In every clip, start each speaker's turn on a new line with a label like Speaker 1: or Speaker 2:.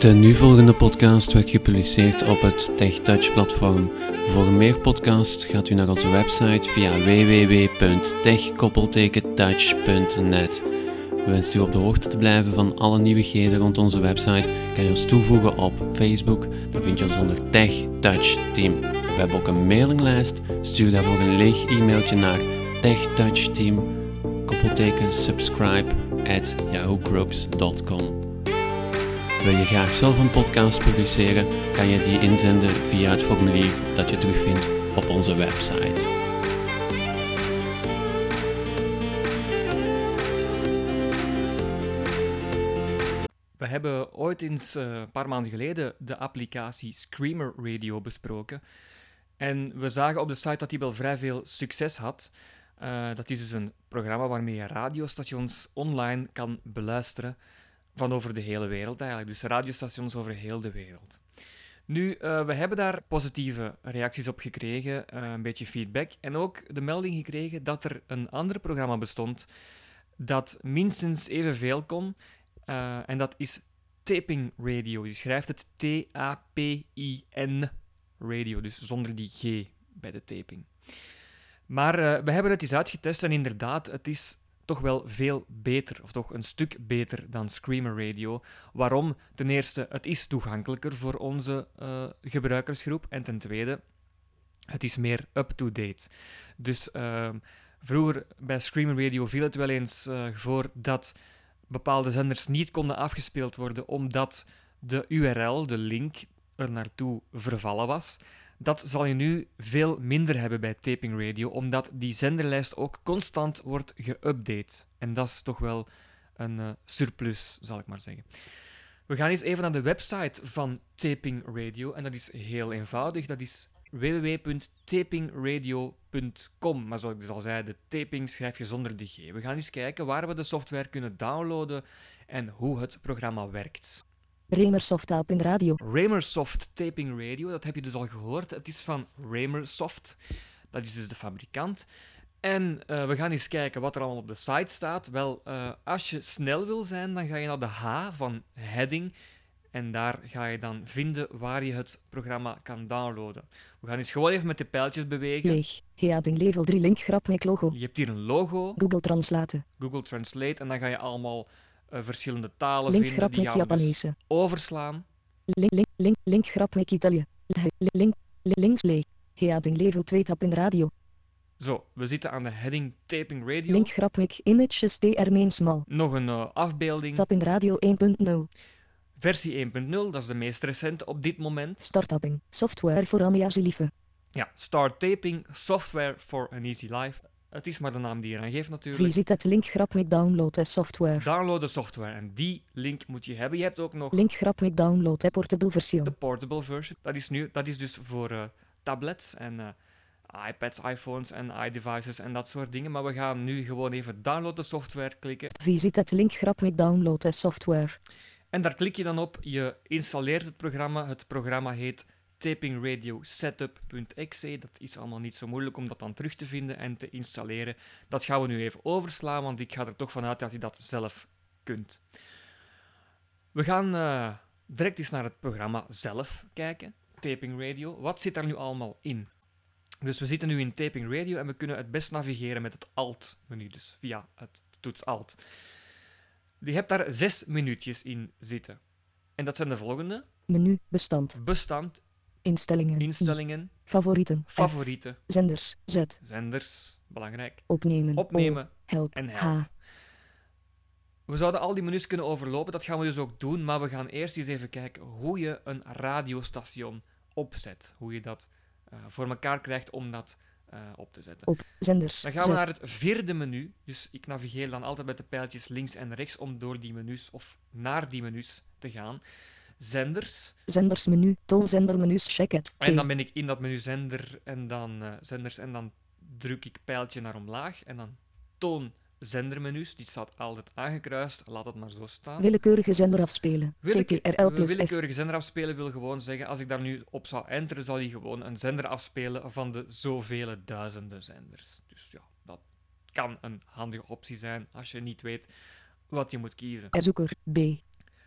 Speaker 1: De nu volgende podcast werd gepubliceerd op het TechTouch platform. Voor meer podcasts gaat u naar onze website via www.tech-touch.net. Wenst u op de hoogte te blijven van alle nieuwigheden rond onze website, kan je ons toevoegen op Facebook. Dan vind je ons onder Tech Touch Team. We hebben ook een mailinglijst. Stuur daarvoor een leeg e-mailtje naar techtouchteam, koppelteken subscribe at yahoo-groups.com. Wil je graag zelf een podcast publiceren, kan je die inzenden via het formulier dat je terugvindt op onze website.
Speaker 2: We hebben ooit eens, eh, een paar maanden geleden, de applicatie Screamer Radio besproken. En we zagen op de site dat die wel vrij veel succes had. Eh, dat is dus een programma waarmee je radiostations online kan beluisteren van over de hele wereld eigenlijk. Dus radiostations over heel de wereld. Nu, eh, we hebben daar positieve reacties op gekregen, eh, een beetje feedback. En ook de melding gekregen dat er een ander programma bestond dat minstens evenveel kon. Eh, en dat is Taping Radio. Je schrijft het T-A-P-I-N Radio, dus zonder die G bij de taping. Maar eh, we hebben het eens uitgetest en inderdaad, het is toch wel veel beter, of toch een stuk beter dan Screamer Radio. Waarom? Ten eerste, het is toegankelijker voor onze eh, gebruikersgroep. En ten tweede, het is meer up-to-date. Dus ehm, vroeger bij Screamer Radio viel het wel eens eh, voor dat bepaalde zenders niet konden afgespeeld worden omdat de URL, de link, er naartoe vervallen was. Dat zal je nu veel minder hebben bij Taping Radio, omdat die zenderlijst ook constant wordt geüpdate. En dat is toch wel een eh, surplus, zal ik maar zeggen. We gaan eens even naar de website van Taping Radio. En dat is heel eenvoudig. Dat is www.tapingradio.com. Maar zoals ik dus al zei, de taping schrijf je zonder de G. We gaan eens kijken waar we de software kunnen downloaden en hoe het programma werkt.
Speaker 3: Remersoft.radio.
Speaker 2: Ramersoft Taping Radio, dat heb je dus al gehoord. Het is van Ramersoft. Dat is dus de fabrikant. En eh, we gaan eens kijken wat er allemaal op de site staat. Wel, eh, als je snel wil zijn, dan ga je naar de H van heading. En daar ga je dan vinden waar je het programma kan downloaden. We gaan eens gewoon even met de pijltjes bewegen.
Speaker 3: Leeg. Heading level 3 link grapmic logo.
Speaker 2: Je hebt hier een logo,
Speaker 3: Google Translate.
Speaker 2: Google Translate, en dan ga je allemaal eh, verschillende talen
Speaker 3: Link
Speaker 2: vinden. Die
Speaker 3: grapmic
Speaker 2: gaan we dus
Speaker 3: Japanese.
Speaker 2: overslaan.
Speaker 3: Link, link, link, link grapmic Italië. Link, link, links leeg. Heading level 2 tap in radio.
Speaker 2: Zo, we zitten aan de heading Taping Radio.
Speaker 3: Link grapmic images TR main small.
Speaker 2: Nog een eh, afbeelding.
Speaker 3: Tap in radio 1.0.
Speaker 2: Versie 1.0, dat is de meest recente op dit moment.
Speaker 3: Startapping. Software voor Amiazi lieve.
Speaker 2: Ja, Start Taping, Software for an Easy Life. Het is maar de naam die je eraan geeft natuurlijk.
Speaker 3: Visit het link grapmic download as software.
Speaker 2: Download de software en die link moet je hebben. Je hebt ook nog
Speaker 3: Link grapmic download a portable
Speaker 2: de
Speaker 3: version.
Speaker 2: portable version. Dat is, nu, dat is dus voor eh, tablets en eh, iPads, iPhones en iDevices en dat soort dingen. Maar we gaan nu gewoon even download de software klikken.
Speaker 3: Visit het link grapmic download as software.
Speaker 2: En daar klik je dan op. Je installeert het programma. Het programma heet tapingradiosetup.exe. Dat is allemaal niet zo moeilijk om dat dan terug te vinden en te installeren. Dat gaan we nu even overslaan, want ik ga er toch vanuit dat je dat zelf kunt. We gaan eh, direct eens naar het programma zelf kijken. Taping Radio. Wat zit daar nu allemaal in? Dus we zitten nu in Taping Radio en we kunnen het best navigeren met het Alt-menu, dus via het toets Alt. Je hebt daar zes minuutjes in zitten. En dat zijn de volgende:
Speaker 3: Menu. Bestand.
Speaker 2: bestand,
Speaker 3: Instellingen. I.
Speaker 2: instellingen,
Speaker 3: Favorieten. F.
Speaker 2: favorieten,
Speaker 3: Zenders. Z.
Speaker 2: zenders, belangrijk,
Speaker 3: Opnemen. O.
Speaker 2: opnemen.
Speaker 3: Help.
Speaker 2: en help.
Speaker 3: H.
Speaker 2: We zouden al die menus kunnen overlopen, dat gaan we dus ook doen, maar we gaan eerst eens even kijken hoe je een radiostation opzet. Hoe je dat eh, voor elkaar krijgt om dat eh, op te zetten.
Speaker 3: Op. Zenders.
Speaker 2: Dan gaan we
Speaker 3: Zet.
Speaker 2: naar het vierde menu. Dus ik navigeer dan altijd met de pijltjes links en rechts om door die menus of naar die menus te gaan. Zenders.
Speaker 3: Zendersmenu. Toonzendermenu's. Check it.
Speaker 2: En dan ben ik in dat menu zender en dan, eh, zenders en dan druk ik pijltje naar omlaag en dan toon zendermenu's. Die staat altijd aangekruist, laat het maar zo staan.
Speaker 3: Willekeurige zender afspelen.
Speaker 2: Willeke-
Speaker 3: CTRL plus F.
Speaker 2: willekeurige zender afspelen wil gewoon zeggen, als ik daar nu op zou enteren, zal hij gewoon een zender afspelen van de zoveel duizenden zenders. Dus ja, dat kan een handige optie zijn als je niet weet wat je moet kiezen.
Speaker 3: Zoeker. B.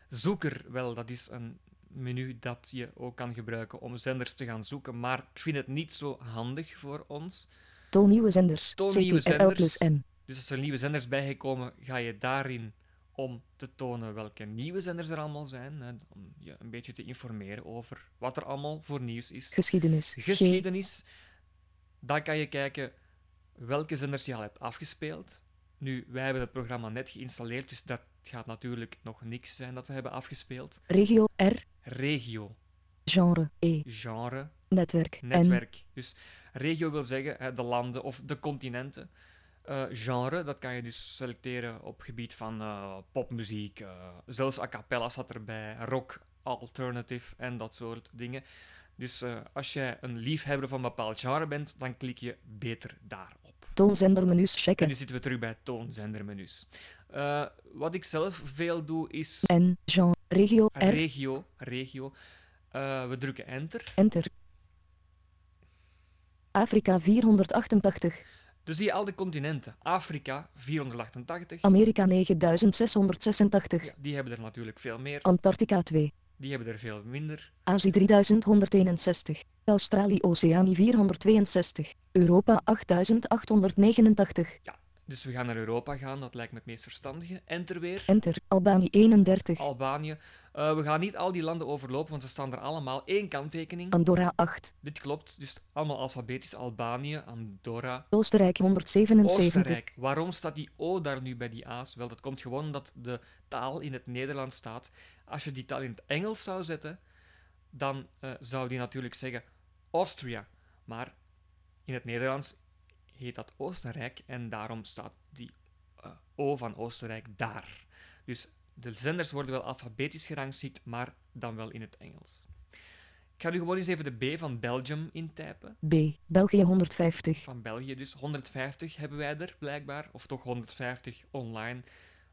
Speaker 2: zoeker wel, dat is een menu dat je ook kan gebruiken om zenders te gaan zoeken, maar ik vind het niet zo handig voor ons.
Speaker 3: Toon nieuwe zenders.
Speaker 2: Toon nieuwe
Speaker 3: CTRL plus
Speaker 2: zenders.
Speaker 3: M.
Speaker 2: Dus als er nieuwe zenders bijgekomen, ga je daarin om te tonen welke nieuwe zenders er allemaal zijn, hè, om je een beetje te informeren over wat er allemaal voor nieuws is.
Speaker 3: Geschiedenis. G.
Speaker 2: Geschiedenis, dan kan je kijken welke zenders je al hebt afgespeeld. Nu, wij hebben het programma net geïnstalleerd, dus dat gaat natuurlijk nog niks zijn dat we hebben afgespeeld.
Speaker 3: Regio. R.
Speaker 2: Regio,
Speaker 3: Genre. E.
Speaker 2: genre,
Speaker 3: Netwerk. N.
Speaker 2: netwerk. Dus regio wil zeggen hè, de landen of de continenten. Eh, genre, dat kan je dus selecteren op gebied van eh, popmuziek, eh, zelfs a cappella zat erbij, rock, alternative en dat soort dingen. Dus eh, als jij een liefhebber van een bepaald genre bent, dan klik je beter daarop.
Speaker 3: Toonzendermenu's
Speaker 2: En
Speaker 3: checken.
Speaker 2: nu zitten we terug bij het toonzendermenu's. Eh, wat ik zelf veel doe is
Speaker 3: N. Genre. Regio. R.
Speaker 2: regio. regio. Eh, we drukken enter.
Speaker 3: Enter. Afrika 488.
Speaker 2: Dus zie je al de continenten. Afrika 488.
Speaker 3: Amerika 9686.
Speaker 2: Ja, die hebben er natuurlijk veel meer.
Speaker 3: Antarctica 2.
Speaker 2: Die hebben er veel minder.
Speaker 3: Azië 3161. Australië Oceanië 462. Europa 8889.
Speaker 2: Dus we gaan naar Europa gaan. Dat lijkt me het meest verstandige. Enter weer.
Speaker 3: Enter. Albanië 31.
Speaker 2: Albanië. Eh, we gaan niet al die landen overlopen, want ze staan er allemaal één kanttekening.
Speaker 3: Andorra 8.
Speaker 2: Dit klopt. Dus allemaal alfabetisch. Albanië, Andorra,
Speaker 3: Oostenrijk 177.
Speaker 2: Oostenrijk. Waarom staat die O daar nu bij die A's? Wel, dat komt gewoon omdat de taal in het Nederlands staat. Als je die taal in het Engels zou zetten, dan eh, zou die natuurlijk zeggen Austria. Maar in het Nederlands heet dat Oostenrijk en daarom staat die eh, O van Oostenrijk daar. Dus de zenders worden wel alfabetisch gerangschikt, maar dan wel in het Engels. Ik ga nu gewoon eens even de B van Belgium intypen
Speaker 3: B. België 150.
Speaker 2: van België. Dus 150 hebben wij er blijkbaar, of toch 150 online,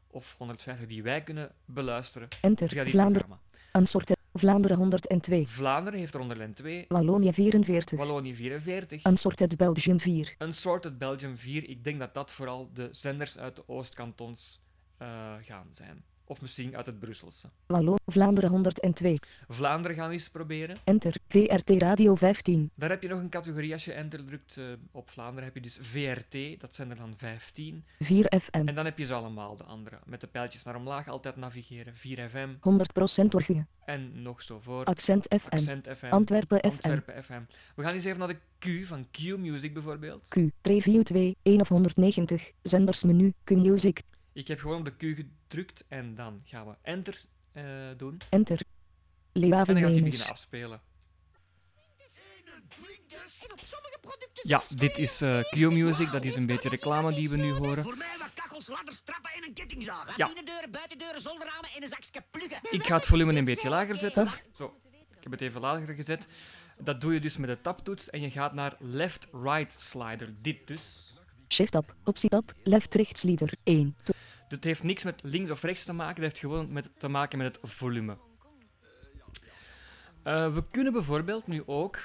Speaker 2: of 150 die wij kunnen beluisteren via
Speaker 3: Enter.
Speaker 2: dit
Speaker 3: Vlaanderen.
Speaker 2: programma.
Speaker 3: Ansorte. Vlaanderen 102.
Speaker 2: Vlaanderen heeft er onderlijn 2,
Speaker 3: Wallonië 44.
Speaker 2: Wallonië 44,
Speaker 3: Ansorted Belgium 4.
Speaker 2: Unsorted Belgium 4. Ik denk dat dat vooral de zenders uit de Oostkantons eh, gaan zijn. Of misschien uit het Brusselse.
Speaker 3: Wallo Vlaanderen 102.
Speaker 2: Vlaanderen gaan we eens proberen.
Speaker 3: Enter. VRT Radio 15.
Speaker 2: Daar heb je nog een categorie als je enter drukt eh, op Vlaanderen. Heb je dus VRT, dat zijn er dan 15.
Speaker 3: 4FM.
Speaker 2: En dan heb je ze allemaal, de andere. Met de pijltjes naar omlaag, altijd navigeren. 4FM,
Speaker 3: 100% Orgene.
Speaker 2: en nog zo voort.
Speaker 3: Accent FM.
Speaker 2: Accent FM,
Speaker 3: Antwerpen FM.
Speaker 2: Antwerpen FM. We gaan eens even naar de Q van Q-Music bijvoorbeeld.
Speaker 3: Q. Review 2. 1 of 190. Zendersmenu. Q Music.
Speaker 2: Ik heb gewoon op de Q gedrukt en dan gaan we enter eh, doen.
Speaker 3: Enter.
Speaker 2: En
Speaker 3: Leeuwen
Speaker 2: dan gaat hij
Speaker 3: Menes.
Speaker 2: beginnen afspelen.
Speaker 4: En op sommige producten
Speaker 2: Ja,
Speaker 4: zelfs
Speaker 2: dit is eh,
Speaker 4: vijf
Speaker 2: Q-Music. Dat
Speaker 4: euro.
Speaker 2: is een beetje reclame die we nu horen.
Speaker 4: Voor mij wat kachels, ladders, trappen en een kettingzaag. hè.
Speaker 2: Ja.
Speaker 4: Binnendeuren, buitendeuren, zolderramen en een zakje pluggen.
Speaker 2: Ik ga het volume een beetje lager zetten. Zo, ik heb het even lager gezet. Dat doe je dus met de tabtoets en je gaat naar left-right slider. Dit dus.
Speaker 3: Shift up. Optie up. Left rechts leader. 1.
Speaker 2: Dat heeft niks met links of rechts te maken, dat heeft gewoon met, te maken met het volume. Eh, we kunnen bijvoorbeeld nu ook,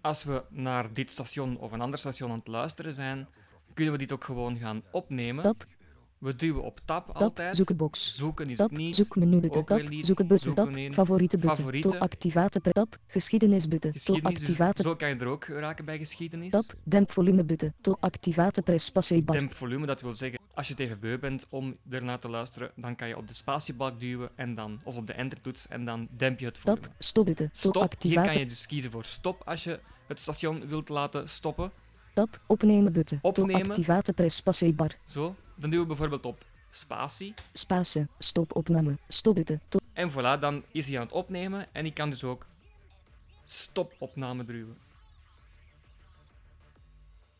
Speaker 2: als we naar dit station of een ander station aan het luisteren zijn, kunnen we dit ook gewoon gaan opnemen.
Speaker 3: Tab.
Speaker 2: We duwen op tab,
Speaker 3: Tab.
Speaker 2: altijd.
Speaker 3: Zoekenbox.
Speaker 2: Zoeken is
Speaker 3: Tab.
Speaker 2: het niet.
Speaker 3: Zoekmenu.
Speaker 2: Ook weer
Speaker 3: Tab.
Speaker 2: niet.
Speaker 3: Zoeken button.
Speaker 2: Zoeken
Speaker 3: Tab.
Speaker 2: in.
Speaker 3: Favoriete button.
Speaker 2: Favorieten.
Speaker 3: To activate pre- Tab. Geschiedenis button. To
Speaker 2: geschiedenis, dus
Speaker 3: activate
Speaker 2: zo kan je er ook raken bij geschiedenis.
Speaker 3: Tab. Demp volume button. To activate press spacebar.
Speaker 2: Demp volume, dat wil zeggen, als je het even beu bent om ernaar te luisteren, dan kan je op de spatiebalk duwen en dan, of op de entertoets en dan demp je het volume.
Speaker 3: Tab. Stop button. To
Speaker 2: Stop. Hier
Speaker 3: activate
Speaker 2: kan je dus kiezen voor stop als je het station wilt laten stoppen.
Speaker 3: Tab, opnemen button.
Speaker 2: Opnemen.
Speaker 3: To activate press spacebar.
Speaker 2: Zo. Dan duwen we bijvoorbeeld op spatie.
Speaker 3: Space, stop opname, stop button. To
Speaker 2: En voilà, dan is hij aan het opnemen. En ik kan dus ook stop opname duwen.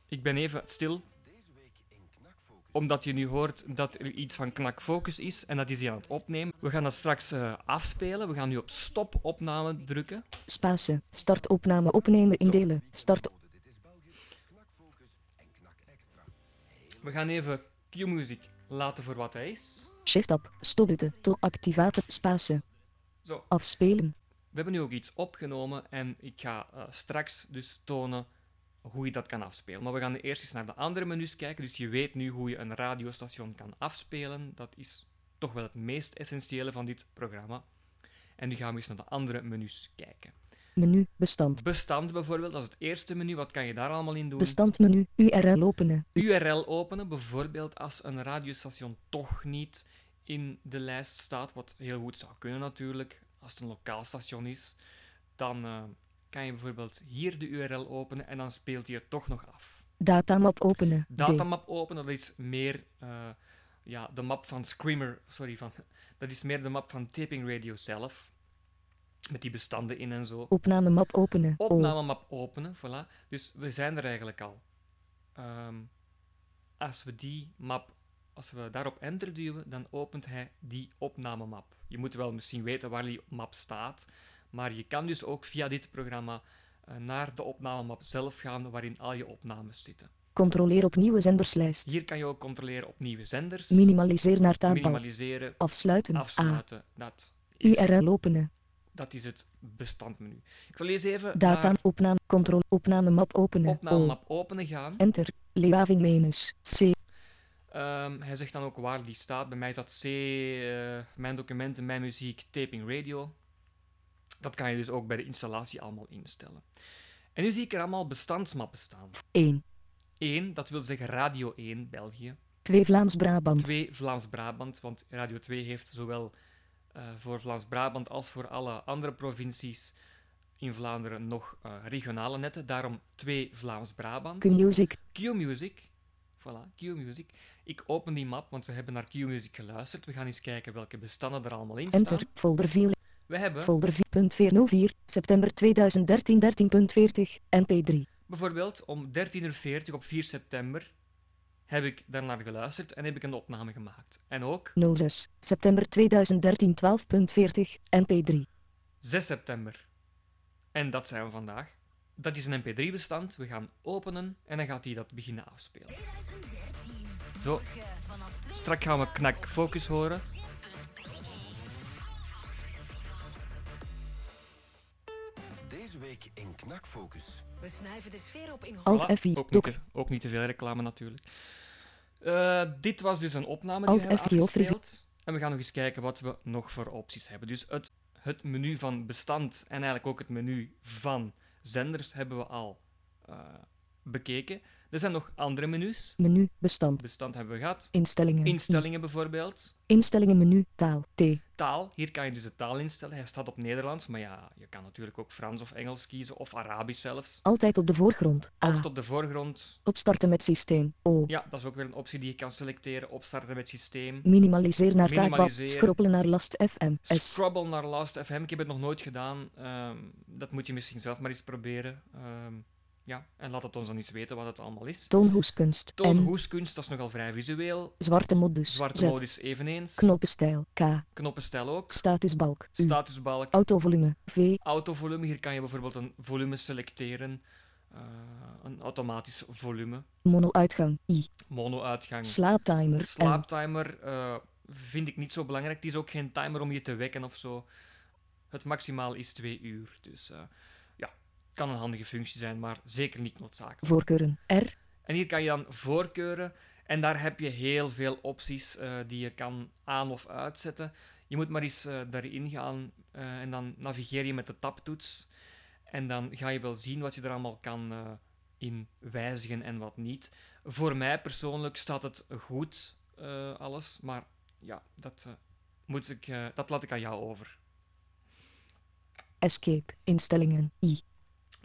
Speaker 2: Ik ben even stil. Omdat je nu hoort dat er iets van knakfocus is. En dat is hij aan het opnemen. We gaan dat straks eh, afspelen. We gaan nu op stop opname drukken.
Speaker 3: space, start opname, opnemen in delen. Start
Speaker 2: We gaan even Q-music laten voor wat hij is.
Speaker 3: shift up, stop button. To activate space,
Speaker 2: Zo.
Speaker 3: afspelen.
Speaker 2: We hebben nu ook iets opgenomen en ik ga eh, straks dus tonen hoe je dat kan afspelen. Maar we gaan eerst eens naar de andere menus kijken. Dus je weet nu hoe je een radiostation kan afspelen. Dat is toch wel het meest essentiële van dit programma. En nu gaan we eens naar de andere menus kijken.
Speaker 3: Menu, bestand.
Speaker 2: Bestand bijvoorbeeld, dat is het eerste menu. Wat kan je daar allemaal in doen?
Speaker 3: Bestandmenu, URL openen.
Speaker 2: URL openen, bijvoorbeeld als een radiostation toch niet in de lijst staat, wat heel goed zou kunnen natuurlijk, als het een lokaal station is, dan eh, kan je bijvoorbeeld hier de URL openen en dan speelt hij het toch nog af.
Speaker 3: Datamap openen. D.
Speaker 2: Datamap openen, dat is meer eh, ja, de map van Screamer, sorry, van, dat is meer de map van Taping Radio zelf, met die bestanden in en zo.
Speaker 3: Opnamemap openen. O.
Speaker 2: Opnamemap openen, voilà. Dus we zijn er eigenlijk al. Ehm, als we die map, als we daarop enter duwen, dan opent hij die opnamemap. Je moet wel misschien weten waar die map staat, maar je kan dus ook via dit programma eh, naar de opnamemap zelf gaan, waarin al je opnames zitten.
Speaker 3: Controleer op nieuwe zenderslijst.
Speaker 2: Hier kan je ook controleren op nieuwe zenders,
Speaker 3: Minimaliseer naar taakbalk.
Speaker 2: minimaliseren,
Speaker 3: Afsluiten. A.
Speaker 2: afsluiten. Dat is,
Speaker 3: URL openen.
Speaker 2: dat is het bestandmenu. Ik zal eens even
Speaker 3: Data
Speaker 2: naar
Speaker 3: opname. Controle opnamemap openen. O.
Speaker 2: opnamemap openen gaan.
Speaker 3: Enter. Leaving minus. C.
Speaker 2: Ehm, hij zegt dan ook waar die staat. Bij mij staat C, eh, mijn documenten, mijn muziek, taping radio. Dat kan je dus ook bij de installatie allemaal instellen. En nu zie ik er allemaal bestandsmappen staan.
Speaker 3: 1.
Speaker 2: 1, dat wil zeggen Radio 1 België.
Speaker 3: 2 Vlaams-Brabant.
Speaker 2: 2 Vlaams-Brabant, want Radio 2 heeft zowel eh, voor Vlaams-Brabant als voor alle andere provincies in Vlaanderen nog eh, regionale netten. Daarom 2 Vlaams-Brabant.
Speaker 3: Q-Music.
Speaker 2: Q-Music. Voilà, Q-Music. Ik open die map, want we hebben naar Q-Music geluisterd. We gaan eens kijken welke bestanden er allemaal in staan.
Speaker 3: Enter. Folder 4.
Speaker 2: We hebben
Speaker 3: Folder 4.404. September 2013 13.40. MP3.
Speaker 2: bijvoorbeeld om 13.40 op 4 september heb ik daarnaar geluisterd en heb ik een opname gemaakt. En ook
Speaker 3: 06. September 2013 12.40. MP3.
Speaker 2: 6 september. En dat zijn we vandaag. Dat is een mp3-bestand. We gaan openen en dan gaat hij dat beginnen afspelen. Zo, strak gaan we Knak Focus horen.
Speaker 5: Deze week in Knakfocus.
Speaker 6: We snuiven de sfeer op in Holland.
Speaker 3: Alt
Speaker 2: Voilà, Ook
Speaker 3: F4.
Speaker 2: niet,
Speaker 3: Doc.
Speaker 2: te, ook niet te veel reclame natuurlijk. Eh, dit was dus een opname die
Speaker 3: Alt
Speaker 2: we hebben
Speaker 3: F die offering.
Speaker 2: afgespeeld. En we gaan nog eens kijken wat we nog voor opties hebben. Dus het, het menu van bestand en eigenlijk ook het menu van zenders hebben we al eh, bekeken. Er zijn nog andere menus.
Speaker 3: Menu. Bestand.
Speaker 2: Bestand hebben we gehad.
Speaker 3: Instellingen.
Speaker 2: Instellingen bijvoorbeeld.
Speaker 3: Instellingen menu. Taal. T.
Speaker 2: Taal. Hier kan je dus de taal instellen. Hij staat op Nederlands, maar ja, je kan natuurlijk ook Frans of Engels kiezen. Of Arabisch zelfs.
Speaker 3: Altijd op de voorgrond. A.
Speaker 2: Altijd op de voorgrond.
Speaker 3: Opstarten met systeem. O.
Speaker 2: Ja, dat is ook weer een optie die je kan selecteren. Opstarten met systeem.
Speaker 3: Minimaliseer naar taakbalk.
Speaker 2: Minimaliseren.
Speaker 3: Schroppelen naar last FM. S.
Speaker 2: Scrabble naar Last.fm. Ik heb het nog nooit gedaan. Ehm, dat moet je misschien zelf maar eens proberen. Ehm, ja, en laat het ons dan eens weten wat het allemaal is.
Speaker 3: Toonhoeskunst. N.
Speaker 2: Toonhoeskunst, dat is nogal vrij visueel.
Speaker 3: Zwarte modus.
Speaker 2: Zwarte
Speaker 3: Z.
Speaker 2: modus eveneens.
Speaker 3: Knoppenstijl. K.
Speaker 2: Knoppenstijl ook.
Speaker 3: Statusbalk. U.
Speaker 2: Statusbalk.
Speaker 3: Autovolume. V.
Speaker 2: Autovolume. Hier kan je bijvoorbeeld een volume selecteren. Eh, een automatisch volume.
Speaker 3: Mono-uitgang. I.
Speaker 2: Hm. Mono-uitgang.
Speaker 3: Slaaptimer. L.
Speaker 2: Slaaptimer eh, vind ik niet zo belangrijk. Het is ook geen timer om je te wekken of zo. Het maximaal is twee uur. Dus eh, ja, kan een handige functie zijn, maar zeker niet noodzakelijk.
Speaker 3: Voorkeuren. R.
Speaker 2: En hier kan je dan voorkeuren. En daar heb je heel veel opties eh, die je kan aan- of uitzetten. Je moet maar eens eh, daarin gaan eh, en dan navigeer je met de tabtoets. En dan ga je wel zien wat je er allemaal kan eh, in wijzigen en wat niet. Voor mij persoonlijk staat het goed, eh, alles. Maar ja, dat, eh, moet ik, eh, dat laat ik aan jou over.
Speaker 3: Escape. Instellingen. I.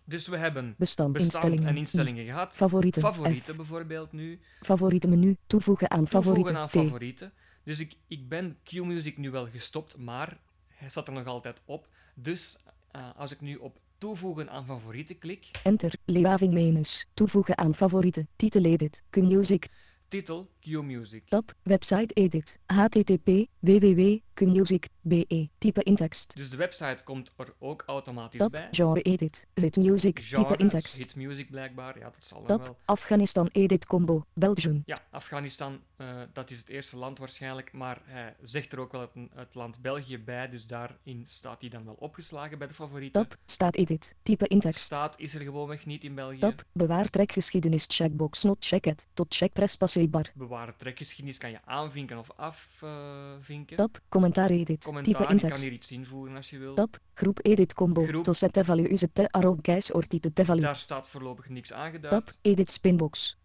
Speaker 2: Dus we hebben
Speaker 3: Bestand.
Speaker 2: bestand
Speaker 3: instellingen.
Speaker 2: en
Speaker 3: I.
Speaker 2: instellingen gehad.
Speaker 3: Favorieten.
Speaker 2: Favorieten
Speaker 3: F.
Speaker 2: bijvoorbeeld nu.
Speaker 3: Favoriete menu. Toevoegen aan
Speaker 2: toevoegen
Speaker 3: favorieten.
Speaker 2: aan
Speaker 3: T.
Speaker 2: favorieten. Dus ik, ik ben Q-Music nu wel gestopt, maar hij staat er nog altijd op. Dus eh, als ik nu op toevoegen aan favorieten klik,
Speaker 3: Enter. Leaving menus. Toevoegen aan favorieten. Titel edit. Q-music.
Speaker 2: titel Q-Music.
Speaker 3: Tab. Website edit. HTTP. www.qmusic.be. E, Type in tekst.
Speaker 2: Dus de website komt er ook automatisch
Speaker 3: Tab.
Speaker 2: bij.
Speaker 3: Genre edit. Hit music. type
Speaker 2: Genre,
Speaker 3: in
Speaker 2: dat is
Speaker 3: tekst.
Speaker 2: hit music blijkbaar, ja dat zal dan
Speaker 3: Tab.
Speaker 2: wel.
Speaker 3: Afghanistan edit combo. Belgium.
Speaker 2: Ja, Afghanistan, eh, dat is het eerste land waarschijnlijk, maar hij zegt er ook wel het, het land België bij, dus daarin staat hij dan wel opgeslagen bij de favorieten.
Speaker 3: Tab. Staat edit. Type in tekst.
Speaker 2: Staat is er gewoonweg niet in België.
Speaker 3: Tab. Bewaar trekgeschiedenis checkbox not checked. Tot checkpress passeerbar.
Speaker 2: Bewaren trekgeschiedenis kan je aanvinken of afvinken.
Speaker 3: Tab. Commentaar edit. type
Speaker 2: Commentaar, je kan
Speaker 3: in-text.
Speaker 2: hier iets invoeren als je wil.
Speaker 3: Tab. Groep edit combo.
Speaker 2: Groep.
Speaker 3: To set value is het te arrow guys or type te value.
Speaker 2: Daar staat voorlopig niks aangeduid.
Speaker 3: Tab. Edit spinbox. 0,00.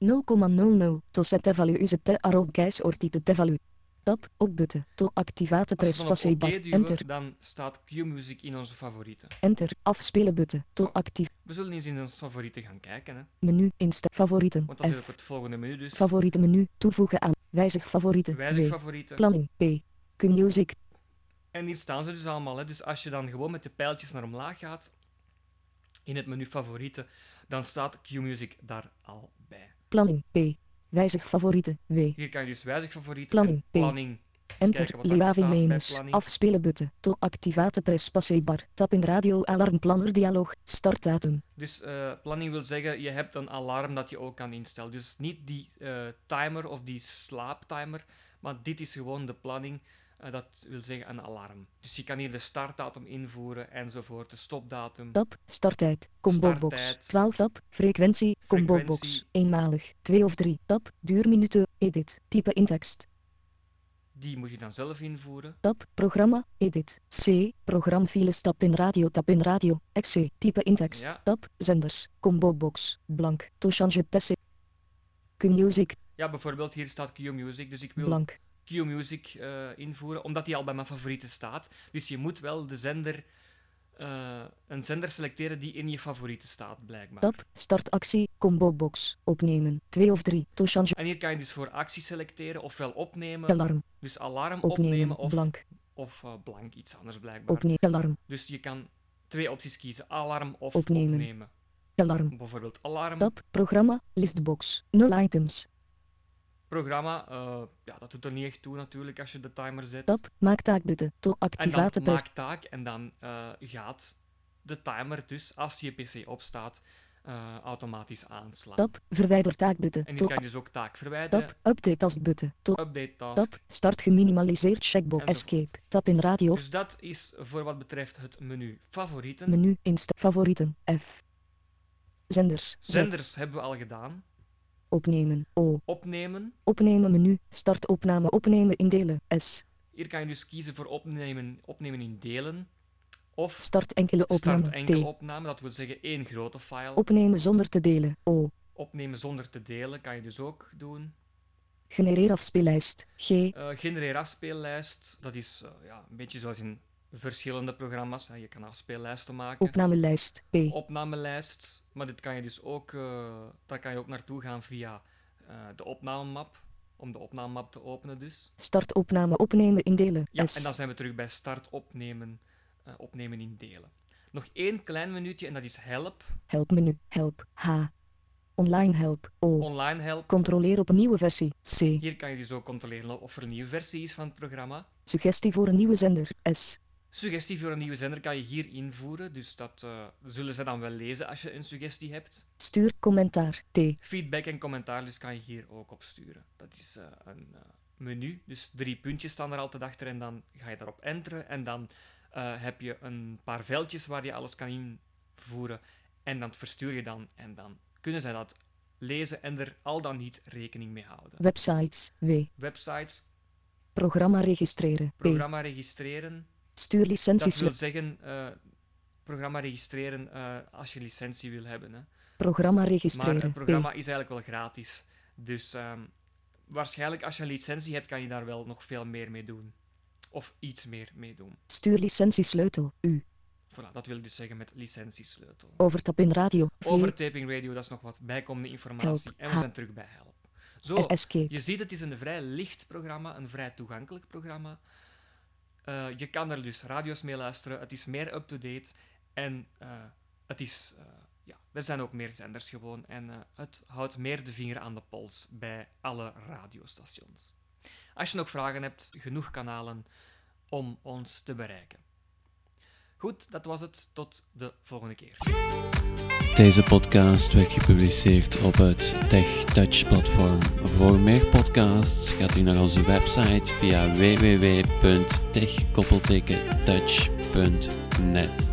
Speaker 3: To set value is het te arrow guys or type te value. Tab. Opbutten. To
Speaker 2: Als
Speaker 3: activate press
Speaker 2: we van op
Speaker 3: spacebar.
Speaker 2: OK duwen,
Speaker 3: Enter.
Speaker 2: dan staat Q-music in onze favorieten.
Speaker 3: Enter. Afspelen butten. To actief.
Speaker 2: We zullen eens in onze favorieten gaan kijken, hè?
Speaker 3: Menu. Insta. Favorieten.
Speaker 2: want dat is op
Speaker 3: F.
Speaker 2: het volgende menu dus.
Speaker 3: Favorieten menu. Toevoegen aan. Wijzig favorieten.
Speaker 2: Wijzig
Speaker 3: W.
Speaker 2: favorieten.
Speaker 3: Planning. P. Q-music.
Speaker 2: En hier staan ze dus allemaal. Hè. Dus als je dan gewoon met de pijltjes naar omlaag gaat, in het menu favorieten, dan staat Q-music daar al bij.
Speaker 3: Planning. P. Wijzig favorieten. W.
Speaker 2: Hier kan je dus wijzig favorieten
Speaker 3: Planning,
Speaker 2: en
Speaker 3: P.
Speaker 2: planning. Eens
Speaker 3: Enter,
Speaker 2: kijken wat daar
Speaker 3: Leaving
Speaker 2: staat bij
Speaker 3: menus,
Speaker 2: planning.
Speaker 3: afspelen butten, to activate press passebar, tap in radio alarmplanner dialoog, startdatum,
Speaker 2: Dus eh, planning wil zeggen, je hebt een alarm dat je ook kan instellen. Dus niet die eh, timer of die slaaptimer, maar dit is gewoon de planning. Eh, dat wil zeggen een alarm. Dus je kan hier de startdatum invoeren enzovoort, de stopdatum.
Speaker 3: tap, starttijd, combo box,
Speaker 2: Starttijd.
Speaker 3: 12 tap, frequentie, combo box,
Speaker 2: Frequentie.
Speaker 3: eenmalig, 2 of 3 tap, duurminuten, edit, type in tekst,
Speaker 2: Die moet je dan zelf invoeren.
Speaker 3: tap, programma, edit, C, programfiles tap in radio, tap in radio, XC, type in tekst,
Speaker 2: Ja.
Speaker 3: tap, zenders, combo box, blank, to change tesse, Q-music,
Speaker 2: Ja, bijvoorbeeld hier staat Q-Music, dus ik wil
Speaker 3: blank,
Speaker 2: Q-Music eh, invoeren, omdat die al bij mijn favorieten staat. Dus je moet wel de zender, eh, een zender selecteren die in je favorieten staat, blijkbaar.
Speaker 3: tap, startactie, combo box, opnemen, 2 of 3 to change
Speaker 2: En hier kan je dus voor actie selecteren, ofwel opnemen,
Speaker 3: Alarm.
Speaker 2: dus alarm opnemen,
Speaker 3: Opnemen.
Speaker 2: of,
Speaker 3: Blank.
Speaker 2: of eh, blank, iets anders blijkbaar.
Speaker 3: Opnemen. Alarm.
Speaker 2: Dus je kan twee opties kiezen, alarm of
Speaker 3: Opnemen.
Speaker 2: opnemen.
Speaker 3: Alarm.
Speaker 2: Bijvoorbeeld alarm,
Speaker 3: Tab. Programma. Listbox. 0 items.
Speaker 2: programma, eh, ja, dat doet er niet echt toe natuurlijk als je de timer zet.
Speaker 3: Tab. Maak taakbutten. To
Speaker 2: En dan
Speaker 3: activate press.
Speaker 2: maak taak en dan eh, gaat de timer dus, als je pc opstaat, eh, automatisch aanslaan.
Speaker 3: Tab. Verwijder taakbutten.
Speaker 2: En
Speaker 3: To
Speaker 2: hier kan je dus ook taak verwijderen,
Speaker 3: Tab. Update taskbutten. To
Speaker 2: update task.
Speaker 3: Tab. Start geminimaliseerd checkbox.
Speaker 2: Enzovoort.
Speaker 3: Escape. Tab in radio.
Speaker 2: Dus dat is voor wat betreft het menu favorieten.
Speaker 3: Menu. Insta. Favorieten. F. Zenders. Z.
Speaker 2: Zenders hebben we al gedaan.
Speaker 3: Opnemen. O.
Speaker 2: Opnemen.
Speaker 3: Opnemen menu. Start opname. Opnemen indelen. S.
Speaker 2: Hier kan je dus kiezen voor opnemen, opnemen in delen. Of
Speaker 3: Start enkele opname.
Speaker 2: start enkel
Speaker 3: T.
Speaker 2: opname, dat wil zeggen één grote file.
Speaker 3: Opnemen zonder te delen. O.
Speaker 2: Opnemen zonder te delen kan je dus ook doen.
Speaker 3: Genereer afspeellijst. G.
Speaker 2: Eh, genereer afspeellijst. Dat is eh, ja, een beetje zoals in verschillende programma's. Hè. Je kan afspeellijsten maken.
Speaker 3: Opnamelijst. P.
Speaker 2: Opnamelijst. Maar dit kan je dus ook, eh, daar kan je ook naartoe gaan via eh, de opnamemap. Om de opnamemap te openen dus.
Speaker 3: Start opname opnemen in delen.
Speaker 2: Ja,
Speaker 3: S.
Speaker 2: en dan zijn we terug bij start opnemen, eh, opnemen in delen. Nog één klein minuutje en dat is help.
Speaker 3: Help menu. Help. H. Online help. O.
Speaker 2: Online help.
Speaker 3: Controleer op een nieuwe versie. C.
Speaker 2: Hier kan je dus ook controleren of er een nieuwe versie is van het programma.
Speaker 3: Suggestie voor een nieuwe zender. S.
Speaker 2: Suggestie voor een nieuwe zender kan je hier invoeren, dus dat eh, zullen ze dan wel lezen als je een suggestie hebt.
Speaker 3: Stuur commentaar. T.
Speaker 2: Feedback en commentaar dus kan je hier ook op sturen. Dat is eh, een eh, menu, dus drie puntjes staan er altijd achter en dan ga je daarop enteren. En dan eh, heb je een paar veldjes waar je alles kan invoeren en dat verstuur je dan. En dan kunnen zij dat lezen en er al dan niet rekening mee houden.
Speaker 3: Websites. W.
Speaker 2: Websites,
Speaker 3: Programma registreren. P.
Speaker 2: programma registreren.
Speaker 3: Stuur
Speaker 2: Dat
Speaker 3: licenties.
Speaker 2: wil zeggen, eh, programma registreren eh, als je licentie wil hebben. Hè.
Speaker 3: Programma
Speaker 2: Maar
Speaker 3: registreren.
Speaker 2: het
Speaker 3: P.
Speaker 2: programma is eigenlijk wel gratis. Dus ehm, waarschijnlijk als je een licentie hebt, kan je daar wel nog veel meer mee doen. Of iets meer mee doen.
Speaker 3: Stuur licentiesleutel. U.
Speaker 2: Voilà, dat wil ik dus zeggen met licentiesleutel.
Speaker 3: Overtap in radio. V.
Speaker 2: Overtaping radio, dat is nog wat bijkomende informatie.
Speaker 3: Help.
Speaker 2: En we
Speaker 3: Ha.
Speaker 2: zijn terug bij help. Zo,
Speaker 3: Escape.
Speaker 2: je ziet het is een vrij licht programma, een vrij toegankelijk programma. Eh, je kan er dus radio's mee luisteren, het is meer up-to-date en eh, het is, eh, ja, er zijn ook meer zenders gewoon en eh, het houdt meer de vinger aan de pols bij alle radiostations. Als je nog vragen hebt, genoeg kanalen om ons te bereiken. Goed, dat was het. Tot de volgende keer.
Speaker 1: Deze podcast werd gepubliceerd op het TechTouch platform. Voor meer podcasts gaat u naar onze website via www.tech-touch.net.